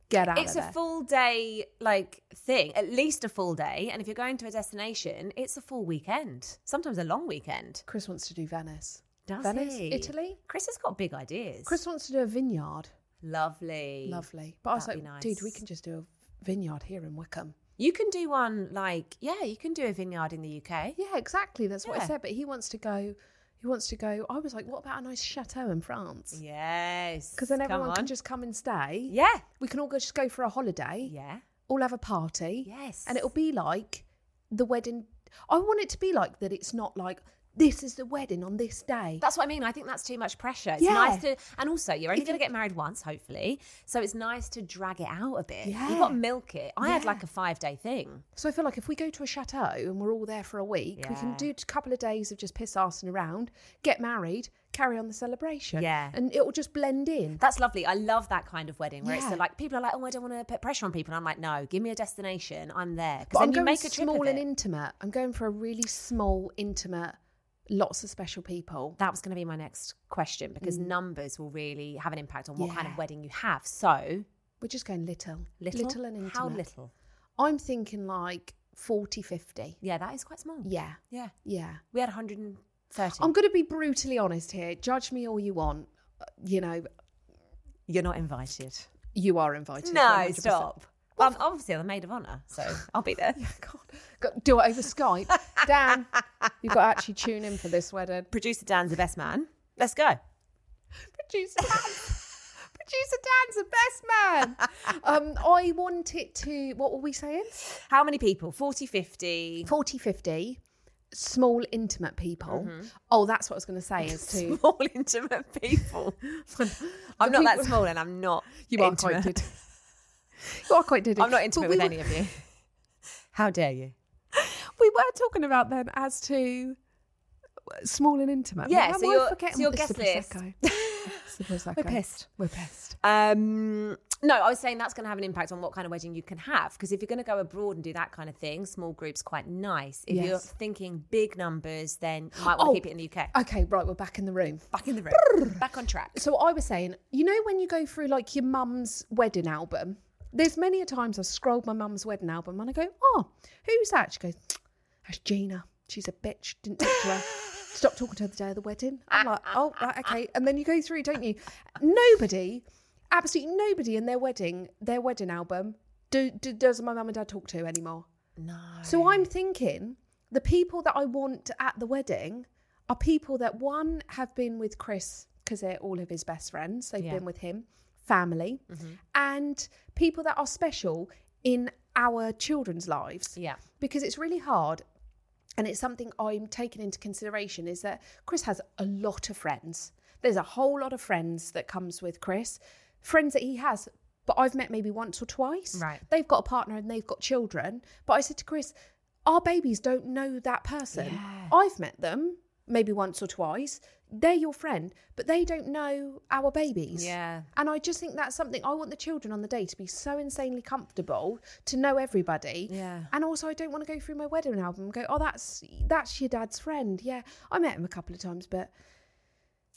get out It's of a there. full day like thing, at least a full day. And if you're going to a destination, it's a full weekend. Sometimes a long weekend. Chris wants to do Venice. Does Venice, he? Italy. Chris has got big ideas. Chris wants to do a vineyard. lovely, Lovely. But I was like, That'd be dude, we nice. can just do a vineyard here in Wickham. You can do one like yeah, you can do a vineyard in the UK. Yeah, exactly. That's what Yeah. I said. But he wants to go. He wants to go. I was like, what about a nice chateau in France? Yes, Because then come everyone can on. just come and stay. yeah, We can all go just go for a holiday. yeah, all have a party. Yes. And it'll be like the wedding. I want it to be like that it's not like this is the wedding on this day. That's what I mean. I think that's too much pressure. It's Yeah. nice to, and also you're only If going to you- get married once, hopefully. So it's nice to drag it out a bit. You've Yeah. got to milk it. I had Yeah. like a five day thing. so I feel like if we go to a chateau and we're all there for a week, we can Yeah. do a couple of days of just piss assing around, get married, carry on the celebration. Yeah. And it'll just blend in. That's lovely. I love that kind of wedding where it's Yeah. the, like people are like, oh, I don't want to put pressure on people. And I'm like, no, give me a destination. I'm there. 'Cause but then I'm you going make a trip of small and it. intimate. I'm going for a really small, intimate, lots of special people. that was going to be my next question because numbers will really have an impact on what kind of Mm. Yeah. wedding you have. So We're just going little. little, Little and intimate. How little? I'm thinking like 40, 50. Yeah, that is quite small. Yeah. yeah. Yeah. We had 130. I'm going to be brutally honest here. Judge me all you want. Uh, You know, You're not invited. you are invited. No, 100%. stop. Well, I'm obviously the maid of honour, so I'll be there. Go- Do it over Skype. Dan, you've got to actually tune in for this wedding. Producer Dan's the best man. Let's go. Producer Dan. Producer Dan's the best man. Um, I want it to, what were we saying? Uh, How many people? 40, 50. 40, 50, small, intimate people. Oh, that's what I was going to say is to. Mm-hmm. Small, intimate people. I'm not that small and I'm not. You are intimate. quite good. You are quite diddy. I'm not But intimate we with were- any of you. How dare you? We were talking about them as to uh, small and intimate. Yeah, Why so am I you're- forgetting so your it's the guest Prosecco. It's the Prosecco. We're pissed. We're pissed. Um, no, I was saying that's going to have an impact on what kind of wedding you can have. Because if you're going to go abroad and do that kind of thing, small groups quite nice. If you're Yes. thinking big numbers, then you might want to Oh, keep it in the UK. Okay, right, we're back in the room. Back in the room. Back on track. So I was saying, you know, when you go through like your mum's wedding album, there's many a times I've scrolled my mum's wedding album and I go, oh, who's that? She goes, that's Gina. She's a bitch. Didn't talk to her. Stop talking to her the day of the wedding. I'm like, oh, right, okay. And then you go through, don't you? Nobody, absolutely nobody in their wedding, their wedding album, do, do, does my mum and dad talk to anymore. So I'm thinking the people that I want at the wedding are people that one have been with Chris because they're all of his best friends. They've Yeah. been with him, family, and people that are special in our children's lives. Yeah. Because it's really hard and it's something I'm taking into consideration is that Chris has a lot of friends. There's a whole lot of friends that comes with Chris, friends that he has, but I've met maybe once or twice. Right. They've got a partner and they've got children. But I said to Chris, our babies don't know that person. I've met them maybe once or twice. They're your friend, but they don't know our babies. Yeah. And I just think that's something I want the children on the day to be so insanely comfortable to know everybody. Yeah. And also, I don't want to go through my wedding album and go, oh, that's that's your dad's friend. Yeah, I met him a couple of times, but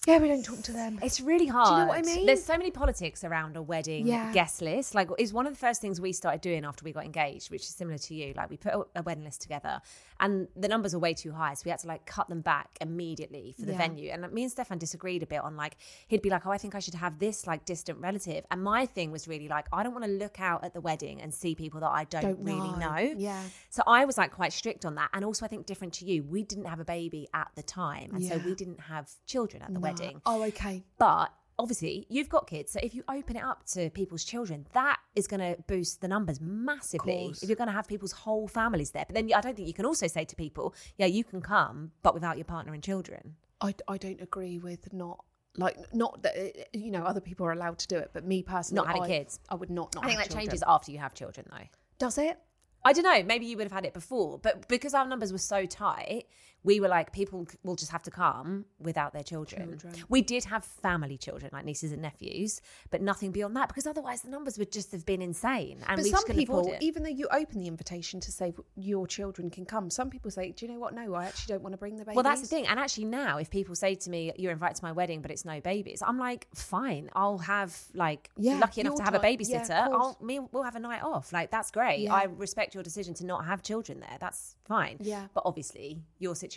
Yeah, we don't talk to them. It's really hard. you know what I mean? There's so many politics around a wedding Yeah. guest list. Like, it's one of the first things we started doing after we got engaged, which is similar to you. Like, we put a- a wedding list together, and the numbers are way too high, so we had to like cut them back immediately for the Yeah. venue. And like, me and Stefan disagreed a bit on like he'd be like, "Oh, I think I should have this like distant relative," and my thing was really like, I don't want to look out at the wedding and see people that I don't, Don't really know. know. Yeah. So I was like quite strict on that, and also I think different to you, we didn't have a baby at the time, and so Yeah. we didn't have children at the No. wedding. Oh, okay. But obviously, you've got kids. So if you open it up to people's children, that is going to boost the numbers massively. course. If you're going to have people's whole families there. But then I don't think you can also say to people, yeah, you can come, but without your partner and children. I, I don't agree with not like not that uh, you know other people are allowed to do it, but me personally, Not having I, kids. I would not. not I think that have children. changes after you have children, though. Does it? I don't know. Maybe you would have had it before, but because our numbers were so tight, we were like, people c- will just have to come without their children. We did have family children, like nieces and nephews, but nothing beyond that, because otherwise the numbers would just have been insane. And but we some just couldn't afford people, it. even though you open the invitation to say your children can come, some people say, "Do you know what? No, I actually don't want to bring the babies." Well, that's the thing. And actually, now if people say to me, "You're invited to my wedding, but it's no babies," I'm like, "Fine, I'll have like Yeah, lucky enough your to have a time. Yeah, babysitter. of I'll course. me we'll have a night off. Like that's great. Yeah. I respect your decision to not have children there. That's fine. Yeah. But obviously, your situation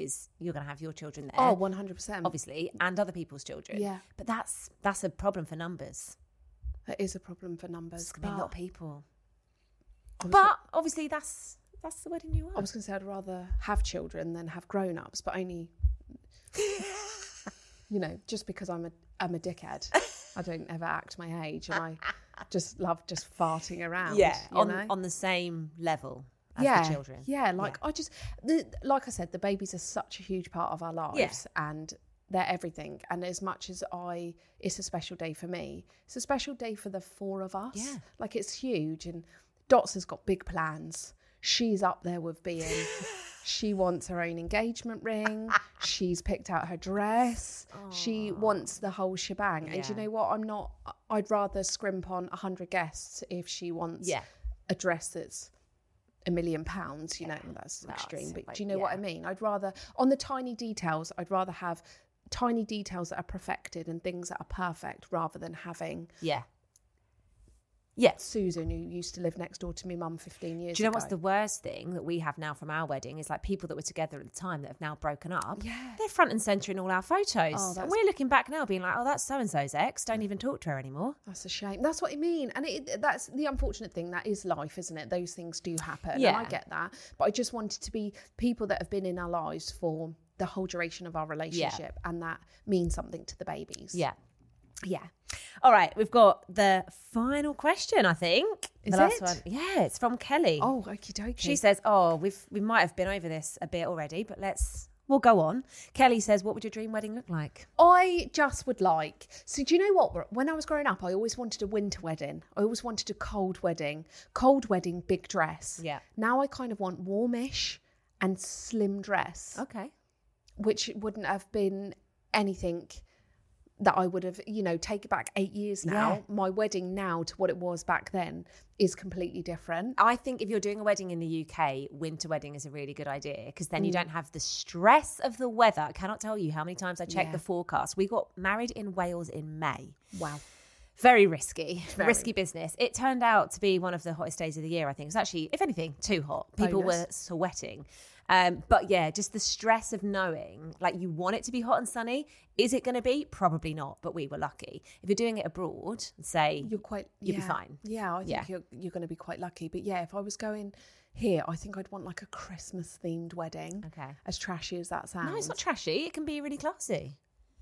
is you're going to have your children there. Oh, one hundred percent. obviously, and other people's children. Yeah. But that's that's a problem for numbers. that is a problem for numbers. There's going to be a lot of but people. I was- But obviously, that's that's the wedding you want. I was going to say I'd rather have children than have grown-ups, but only you know, just because I'm a I'm a dickhead. I don't ever act my age, and I just love just farting around. yeah, you on know? on the same level as yeah, the children. Yeah, like I just the, like I said, the babies are such a huge part of our lives and they're everything. And as much as I it's a special day for me, it's a special day for the four of us. Yeah. Like it's huge and Dots has got big plans. She's up there with being she wants her own engagement ring. She's picked out her dress. She wants the whole shebang. And do you Yeah. know what? I'm not I'd rather scrimp on 100 guests if she wants Yeah. a dress that's a million pounds, you know, that's that's extreme. But like- do you know what I yeah. mean? I'd rather, on the tiny details, I'd rather have tiny details that are perfected and things that are perfect rather than having Yeah. Yes. Susan, who used to live next door to me, mum, 15 years ago. Do you know what's the worst thing that we have now from our wedding is like people that were together at the time that have now broken up. Yeah. They're front and centre in all our photos. Oh, and that's- we're looking back now being like, oh, that's so and so's ex. Don't even talk to her anymore. That's a shame. That's what I mean. And it, that's the unfortunate thing. That is life, isn't it? Those things do happen. And I Yeah. get that. But I just wanted to be people that have been in our lives for the whole duration of our relationship. And that means something to the babies. Yeah. Yeah. All right. We've got the final question, I think. Is the last it? one. Yeah. It's from Kelly. Oh, okie dokie. She says, oh, we've, we might have been over this a bit already, but let's, we'll go on. Kelly says, what would your dream wedding look like? I just would like. So, do you know what? When I was growing up, I always wanted a winter wedding. I always wanted a cold wedding. Cold wedding, big dress. Yeah. Now I kind of want warmish and slim dress, Okay. which wouldn't have been anything that I would have, you know, take it back eight years now. Yeah. My wedding now to what it was back then is completely different. I think if you're doing a wedding in the UK, winter wedding is a really good idea because then you don't have the stress of the weather. I cannot tell you how many times I checked Yeah. the forecast. We got married in Wales in May. Wow. Very risky, Very. risky business. It turned out to be one of the hottest days of the year, I think. It was actually, if anything, too hot. People Bonus. were sweating. Um, but yeah, just the stress of knowing, like you want it to be hot and sunny. Is it going to be? Probably not, but we were lucky. If you're doing it abroad, say, you're quite you'd be yeah. fine. Yeah, I think Yeah. you're you're going to be quite lucky. But yeah, if I was going here, I think I'd want like a Christmas themed wedding. Okay. As trashy as that sounds. no, it's not trashy. It can be really classy.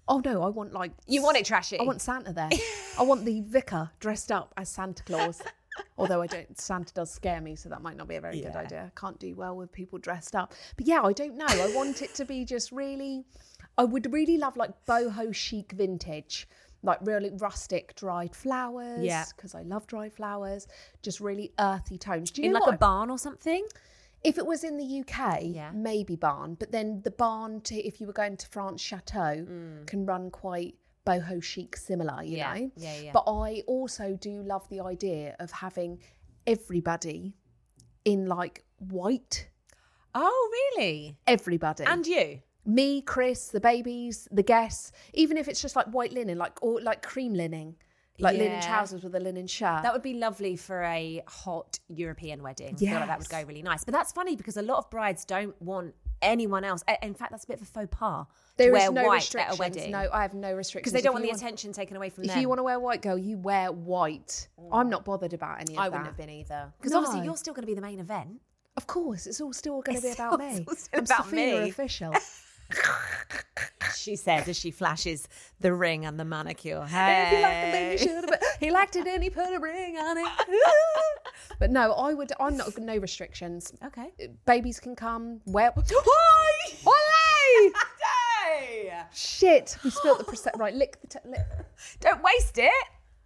Oh no, I want like You want it trashy. I want Santa there. I want the vicar dressed up as Santa Claus. Although I don't, Santa does scare me, so that might not be a very good Yeah. idea. Can't do well with people dressed up. But yeah, I don't know. I want it to be just really. I would really love like boho chic vintage, like really rustic dried flowers. Yeah. because I love dried flowers. Just really earthy tones. Do you in know like a what? barn or something. If it was in the UK, Yeah. maybe barn, but then the barn to if you were going to France chateau can run quite boho chic similar, you Mm. Yeah, know. yeah, yeah. But I also do love the idea of having everybody in like white, Oh, really? everybody. And you? me, Chris, the babies, the guests, even if it's just like white linen, like or like cream lining, like linen Yeah. trousers with a linen shirt. That would be lovely for a hot European wedding. Yeah, that would Yes. go really nice. But that's funny because a lot of brides don't want anyone else. a- In fact, that's a bit of a faux pas. to There is wear no white at a restrictions. wedding. No, I have no restrictions because they If don't want you the attention taken away from If them. you want to wear white, girl, you wear white. I'm not bothered about any of Mm. I that. wouldn't have been either. Because No. obviously you're still going to be the main event. Of course, it's all still going to be It's about all me. still I'm about Sophia me. official. She says as she flashes the ring and the manicure. If you like the Hey. thing, you should have. He liked it and he put a ring on it. but no, I would. I'm not. No restrictions. Uh, Okay. Babies can come. Oh, Well, Hi! Ollie! Hey! shit, we spilt the prosecco. Right, lick the. T- lick. Don't waste it.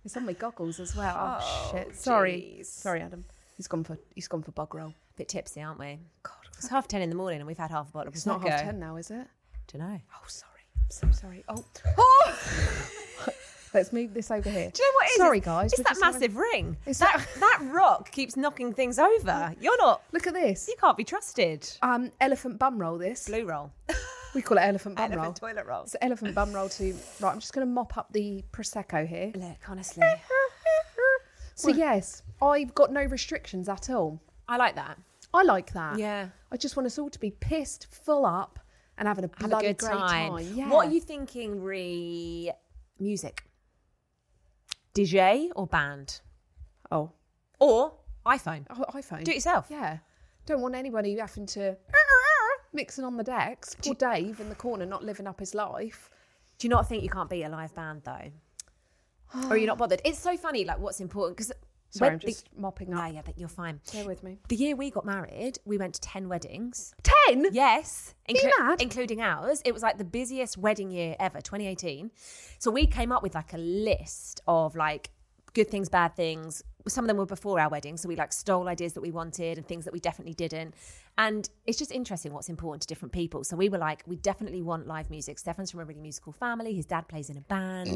It's on my goggles as well. Oh, Oh, shit. Sorry, jeez. sorry, Adam. He's gone for. He's gone for bug roll. Bit tipsy, aren't we? God, it's half ten in the morning and we've had half a bottle of It's not Prosecco. half ten now, is it? Don't know. Oh, sorry. I'm so sorry. Oh. Let's move this over here. Do you know what it is? Sorry, It's- guys. It's we're that just having- massive ring. It's that, that that- rock keeps knocking things over. You're not. Look at this. You can't be trusted. Um, elephant bum roll. This Blue roll. we call it elephant bum roll. Elephant toilet roll. It's elephant bum roll to right. I'm just going to mop up the prosecco here. Look, honestly, So yes, I've got no restrictions at all. I like that. I like that. Yeah. I just want us all to be pissed, full up, and having a Have bloody a good great time. time. Yeah. What are you thinking, re music? DJ or band? Oh, Or iPhone? oh, iPhone. Do it yourself. Yeah. Don't want anybody having to mixing on the decks. Poor Dave in the corner, not living up his life. Do you not think you can't beat a live band though? or are you not bothered? It's so funny, like what's important because. Sorry, I'm just mopping Ah, up. yeah, but you're fine. Bear with me. The year we got married, we went to ten weddings. Ten. Yes, mad? including ours. It was like the busiest wedding year ever, 2018. So we came up with like a list of like good things, bad things. Some of them were before our wedding, so we like stole ideas that we wanted and things that we definitely didn't. And it's just interesting what's important to different people. So we were like, we definitely want live music. Stefan's from a really musical family. His dad plays in a band.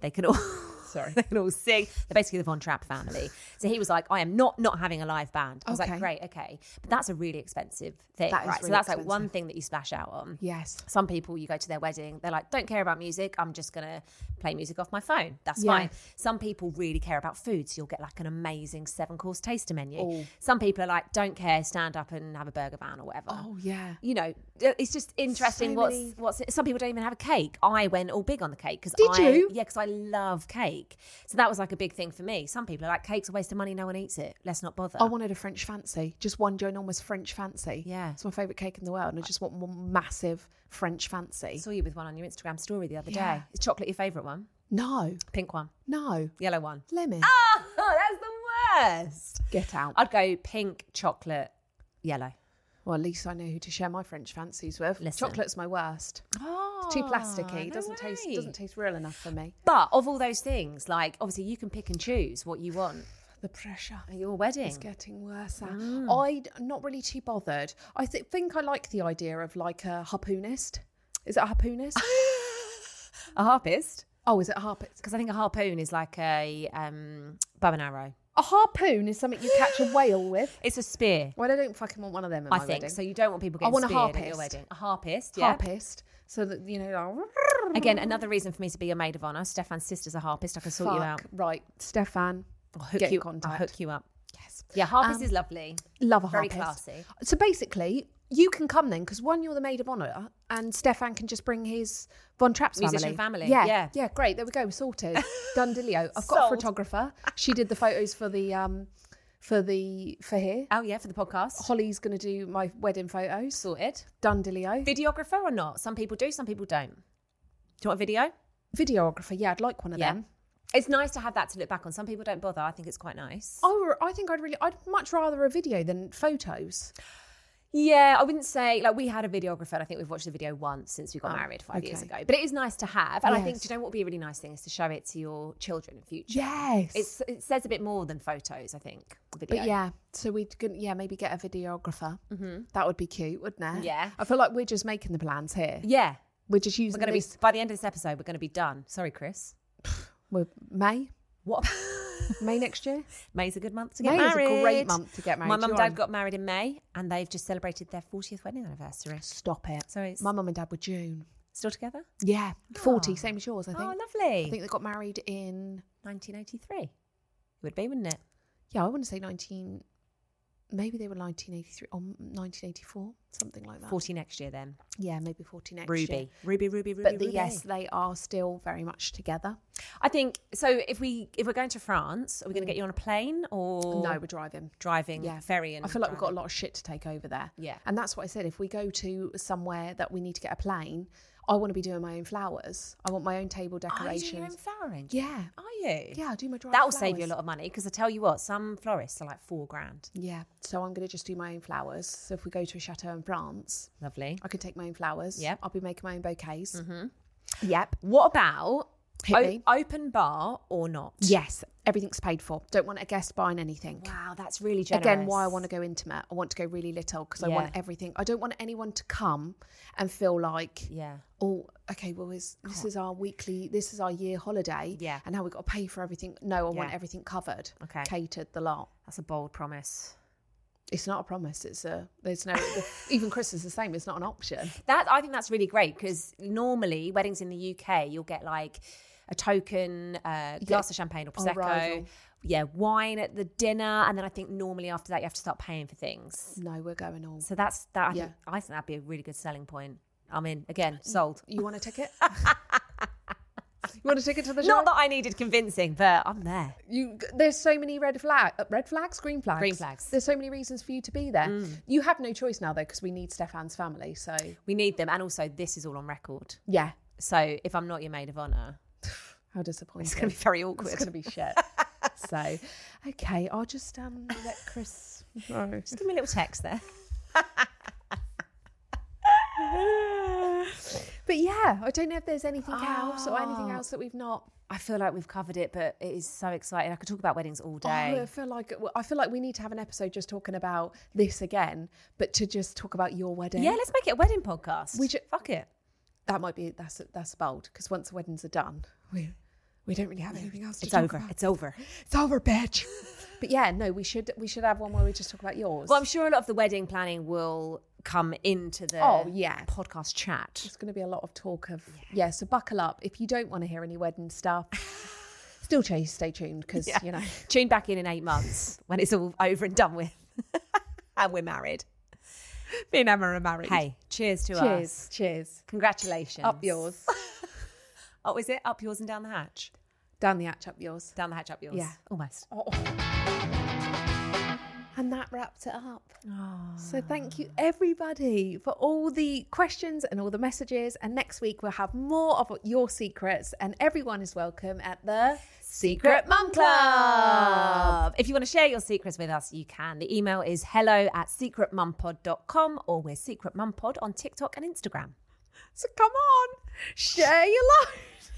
They can all sorry, they can all sing. They're basically the Von Trapp family. So he was like, I am not not having a live band. I was like, Okay. great, okay, but that's a really expensive thing, That is right? so really that's like expensive. one thing that you splash out on. Yes. Some people, you go to their wedding, they're like, don't care about music. I'm just going to play music off my phone. That's Yeah. fine. Some people really care about food. So you'll get like an amazing seven course taster menu. Oh. Some people are like, don't care, stand up and have a burger van or whatever. Oh yeah. You know, uh, it's just interesting. So what's many- what's some people don't even have a cake. I went all big on the cake because Did I, you? Yeah, because I love cake. So that was like a big thing for me. Some people are like, cake's a waste of money. No one eats it. Let's not bother. I wanted a French fancy, just one ginormous French fancy. Yeah. it's my favourite cake in the world, and I just want one massive French fancy. saw you with one on your Instagram story the other Yeah. day. Is chocolate your favourite one? No, Pink one, no, yellow one. lemon. Ah! Oh, that's the worst. Get out. I'd go pink, chocolate, yellow. well, at least I know who to share my French fancies with. Listen. Chocolate's my worst. Oh, It's too plasticky. doesn't taste doesn't taste real enough for me. But of all those things, like obviously you can pick and choose what you want The pressure. at your wedding. It's getting worse. I'm not really too bothered. I th- think I like the idea of like a harpoonist. Is it a harpoonist? A harpist, oh, is it a harpoonist? because I think a harpoon is like a um, bow and arrow. A harpoon is something you catch a whale with. It's a spear. Well, I don't fucking want one of them. At I my think wedding. so. You don't want people I getting want a speared at your harpist. wedding. A harpist, yeah. harpist. So that you know. Like, Again, another reason for me to be a maid of honor. Stefan's sister's a harpist. I can sort you out. fuck, Right, Stefan. I'll hook get you. in contact. I'll hook you up. Yes. Yeah, harpist Um, is lovely. Love a Very harpist. classy. So basically, you can come then because one, you're the maid of honour, and Stefan can just bring his Von Trapp's Musician family, Yeah, yeah. yeah, Great. There we go. Sorted. Done dealio. I've got a Sold. photographer. She did the photos for the um, for the for here. Oh yeah, for the podcast. Holly's gonna do my wedding photos. Sorted. Done dealio. Videographer or not? Some people do, some people don't. Do you want a video? Videographer. Yeah, I'd like one of Yeah. them. It's nice to have that to look back on. Some people don't bother. I think it's quite nice. I, were- I think I'd really, I'd much rather a video than photos. Yeah, I wouldn't say like we had a videographer. and I think we've watched the video once since we got Oh, married five years okay. ago. But it is nice to have, and I think Yes. do you know what would be a really nice thing is to show it to your children in future. Yes. It's, it says a bit more than photos, I think. the Video. But yeah, so we'd go- yeah maybe get a videographer. Mm-hmm. That would be cute, wouldn't it? Yeah. I feel like we're just making the plans here. yeah, We're just we're using. gonna be this- by the end of this episode. We're gonna be done. Sorry, Chris. We're May. What? May next year. May's a good month to get May is a married. great month to get My married, mum and you're dad on. got married in May, and they've just celebrated their 40th wedding anniversary. Stop it. So it's- my mum and dad were June. Ah. Still together? Yeah, forty, same as yours. I Oh, think. lovely. I think they got married in 1983. It would be, wouldn't it? yeah, I want to say nineteen. Maybe they were nineteen eighty three or nineteen eighty four, something like that. 40 next year then. Yeah, maybe forty next Ruby. year. Ruby, Ruby, Ruby. But the, Ruby. yes, they are still very much together. I think so. If we if we're going to France, are we going to get you on a plane or Mm. no, we're driving. driving Yeah, ferry? And I feel like we've got a driving? lot of shit to take over there. Yeah. and that's what I said. If we go to somewhere that we need to get a plane, I want to be doing my own flowers. I want my own table Are you doing your decorations. own flower arrangement? Yeah. Are you? Yeah, I do my dried That'll save you a flowers. lot of money because I tell you what, some florists are like four grand. Yeah, so I'm going to just do my own flowers. So if we go to a chateau in France, Lovely. I can take my own flowers. Yep. Mm-hmm. I'll be making my own bouquets. Yep. What about Hit me. open bar or not? Yes, everything's paid for. Don't want a guest buying anything. Wow, that's really generous. Again, why I want to go intimate. I want to go really little because I want Yeah. everything. I don't want anyone to come and feel like, Yeah. oh, okay, well, is, this is our weekly, this is our year holiday. Yeah. And now we've got to pay for everything. No, I want Yeah. everything covered, Okay. catered, the lot. That's a bold promise. It's not a promise. It's a, there's no, even Chris is the same. It's not an option. That I think that's really great because normally weddings in the UK you'll get like a token, uh, You glass get of champagne or on arrival. prosecco, yeah, wine at the dinner, and then I think normally after that you have to start paying for things. No, we're going all. So that's that. I, Yeah. think, I think that'd be a really good selling point. I'm in again, sold. You want a ticket? you want a ticket to the show? Not that I needed convincing, but I'm there. you there's so many red flag uh, red flags green flags Green flags. Mm. there's so many reasons for you to be there you have no choice now though because we need stefan's family so We need them, and also this is all on record. yeah So if I'm not your maid of honor, how disappointing it's going to be very awkward. it's gonna be shit so okay i'll just um let chris know Just give me a little text there. but yeah i don't know if there's anything else or anything Oh. else that we've not I feel like we've covered it, but it is so exciting. I could talk about weddings all day. Oh, I feel like I feel like we need to have an episode just talking about this again, but to just talk about your wedding. yeah, let's make it a wedding podcast. We ju- fuck it. that might be that's that's bold because once the weddings are done, we we don't really have anything else to It's talk over. about. It's over. It's over, bitch. but yeah, no, we should we should have one where we just talk about yours. Well, I'm sure a lot of the wedding planning will come into the Oh, yeah. podcast chat. There's going to be a lot of talk of yeah. So buckle up if you don't want to hear any wedding stuff. Still, chase, stay tuned because you know. Tune back in in eight months when it's all over and done with, and we're married. Me and Emma are married. Hey, cheers to cheers, us. cheers. Congratulations. Up yours, Oh, is it up yours and down the hatch? down the hatch, up yours. Down the hatch, up yours. Yeah. almost. Oh. And that wrapped it up. So thank you everybody for all the questions and all the messages. And next week we'll have more of your secrets. And everyone is welcome at the Secret Mum Club. If you want to share your secrets with us, you can. The email is hello at secretmumpod.com or we're Secret Mum Pod on TikTok and Instagram. So come on, share your life.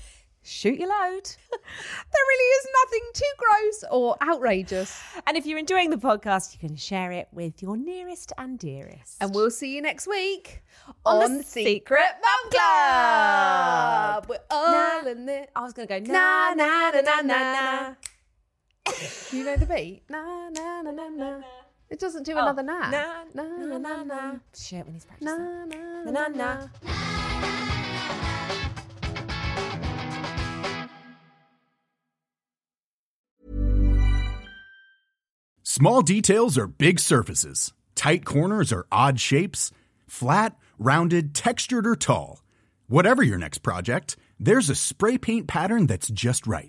Shoot your load. There really is nothing too gross or outrageous. and if you're enjoying the podcast, you can share it with your nearest and dearest. And we'll see you next week On the Secret Mum Club. We're all Nah. in this. I was going to go, Na na na, na na na, na. na. Do you know the beat? Na na na na na. It doesn't do another Oh. na. Oh, na, na na na na Shit, when he's practicing. na na Na, na na, na. na. Small details are big surfaces. Tight corners are odd shapes. Flat, rounded, textured, or tall. Whatever your next project, there's a spray paint pattern that's just right.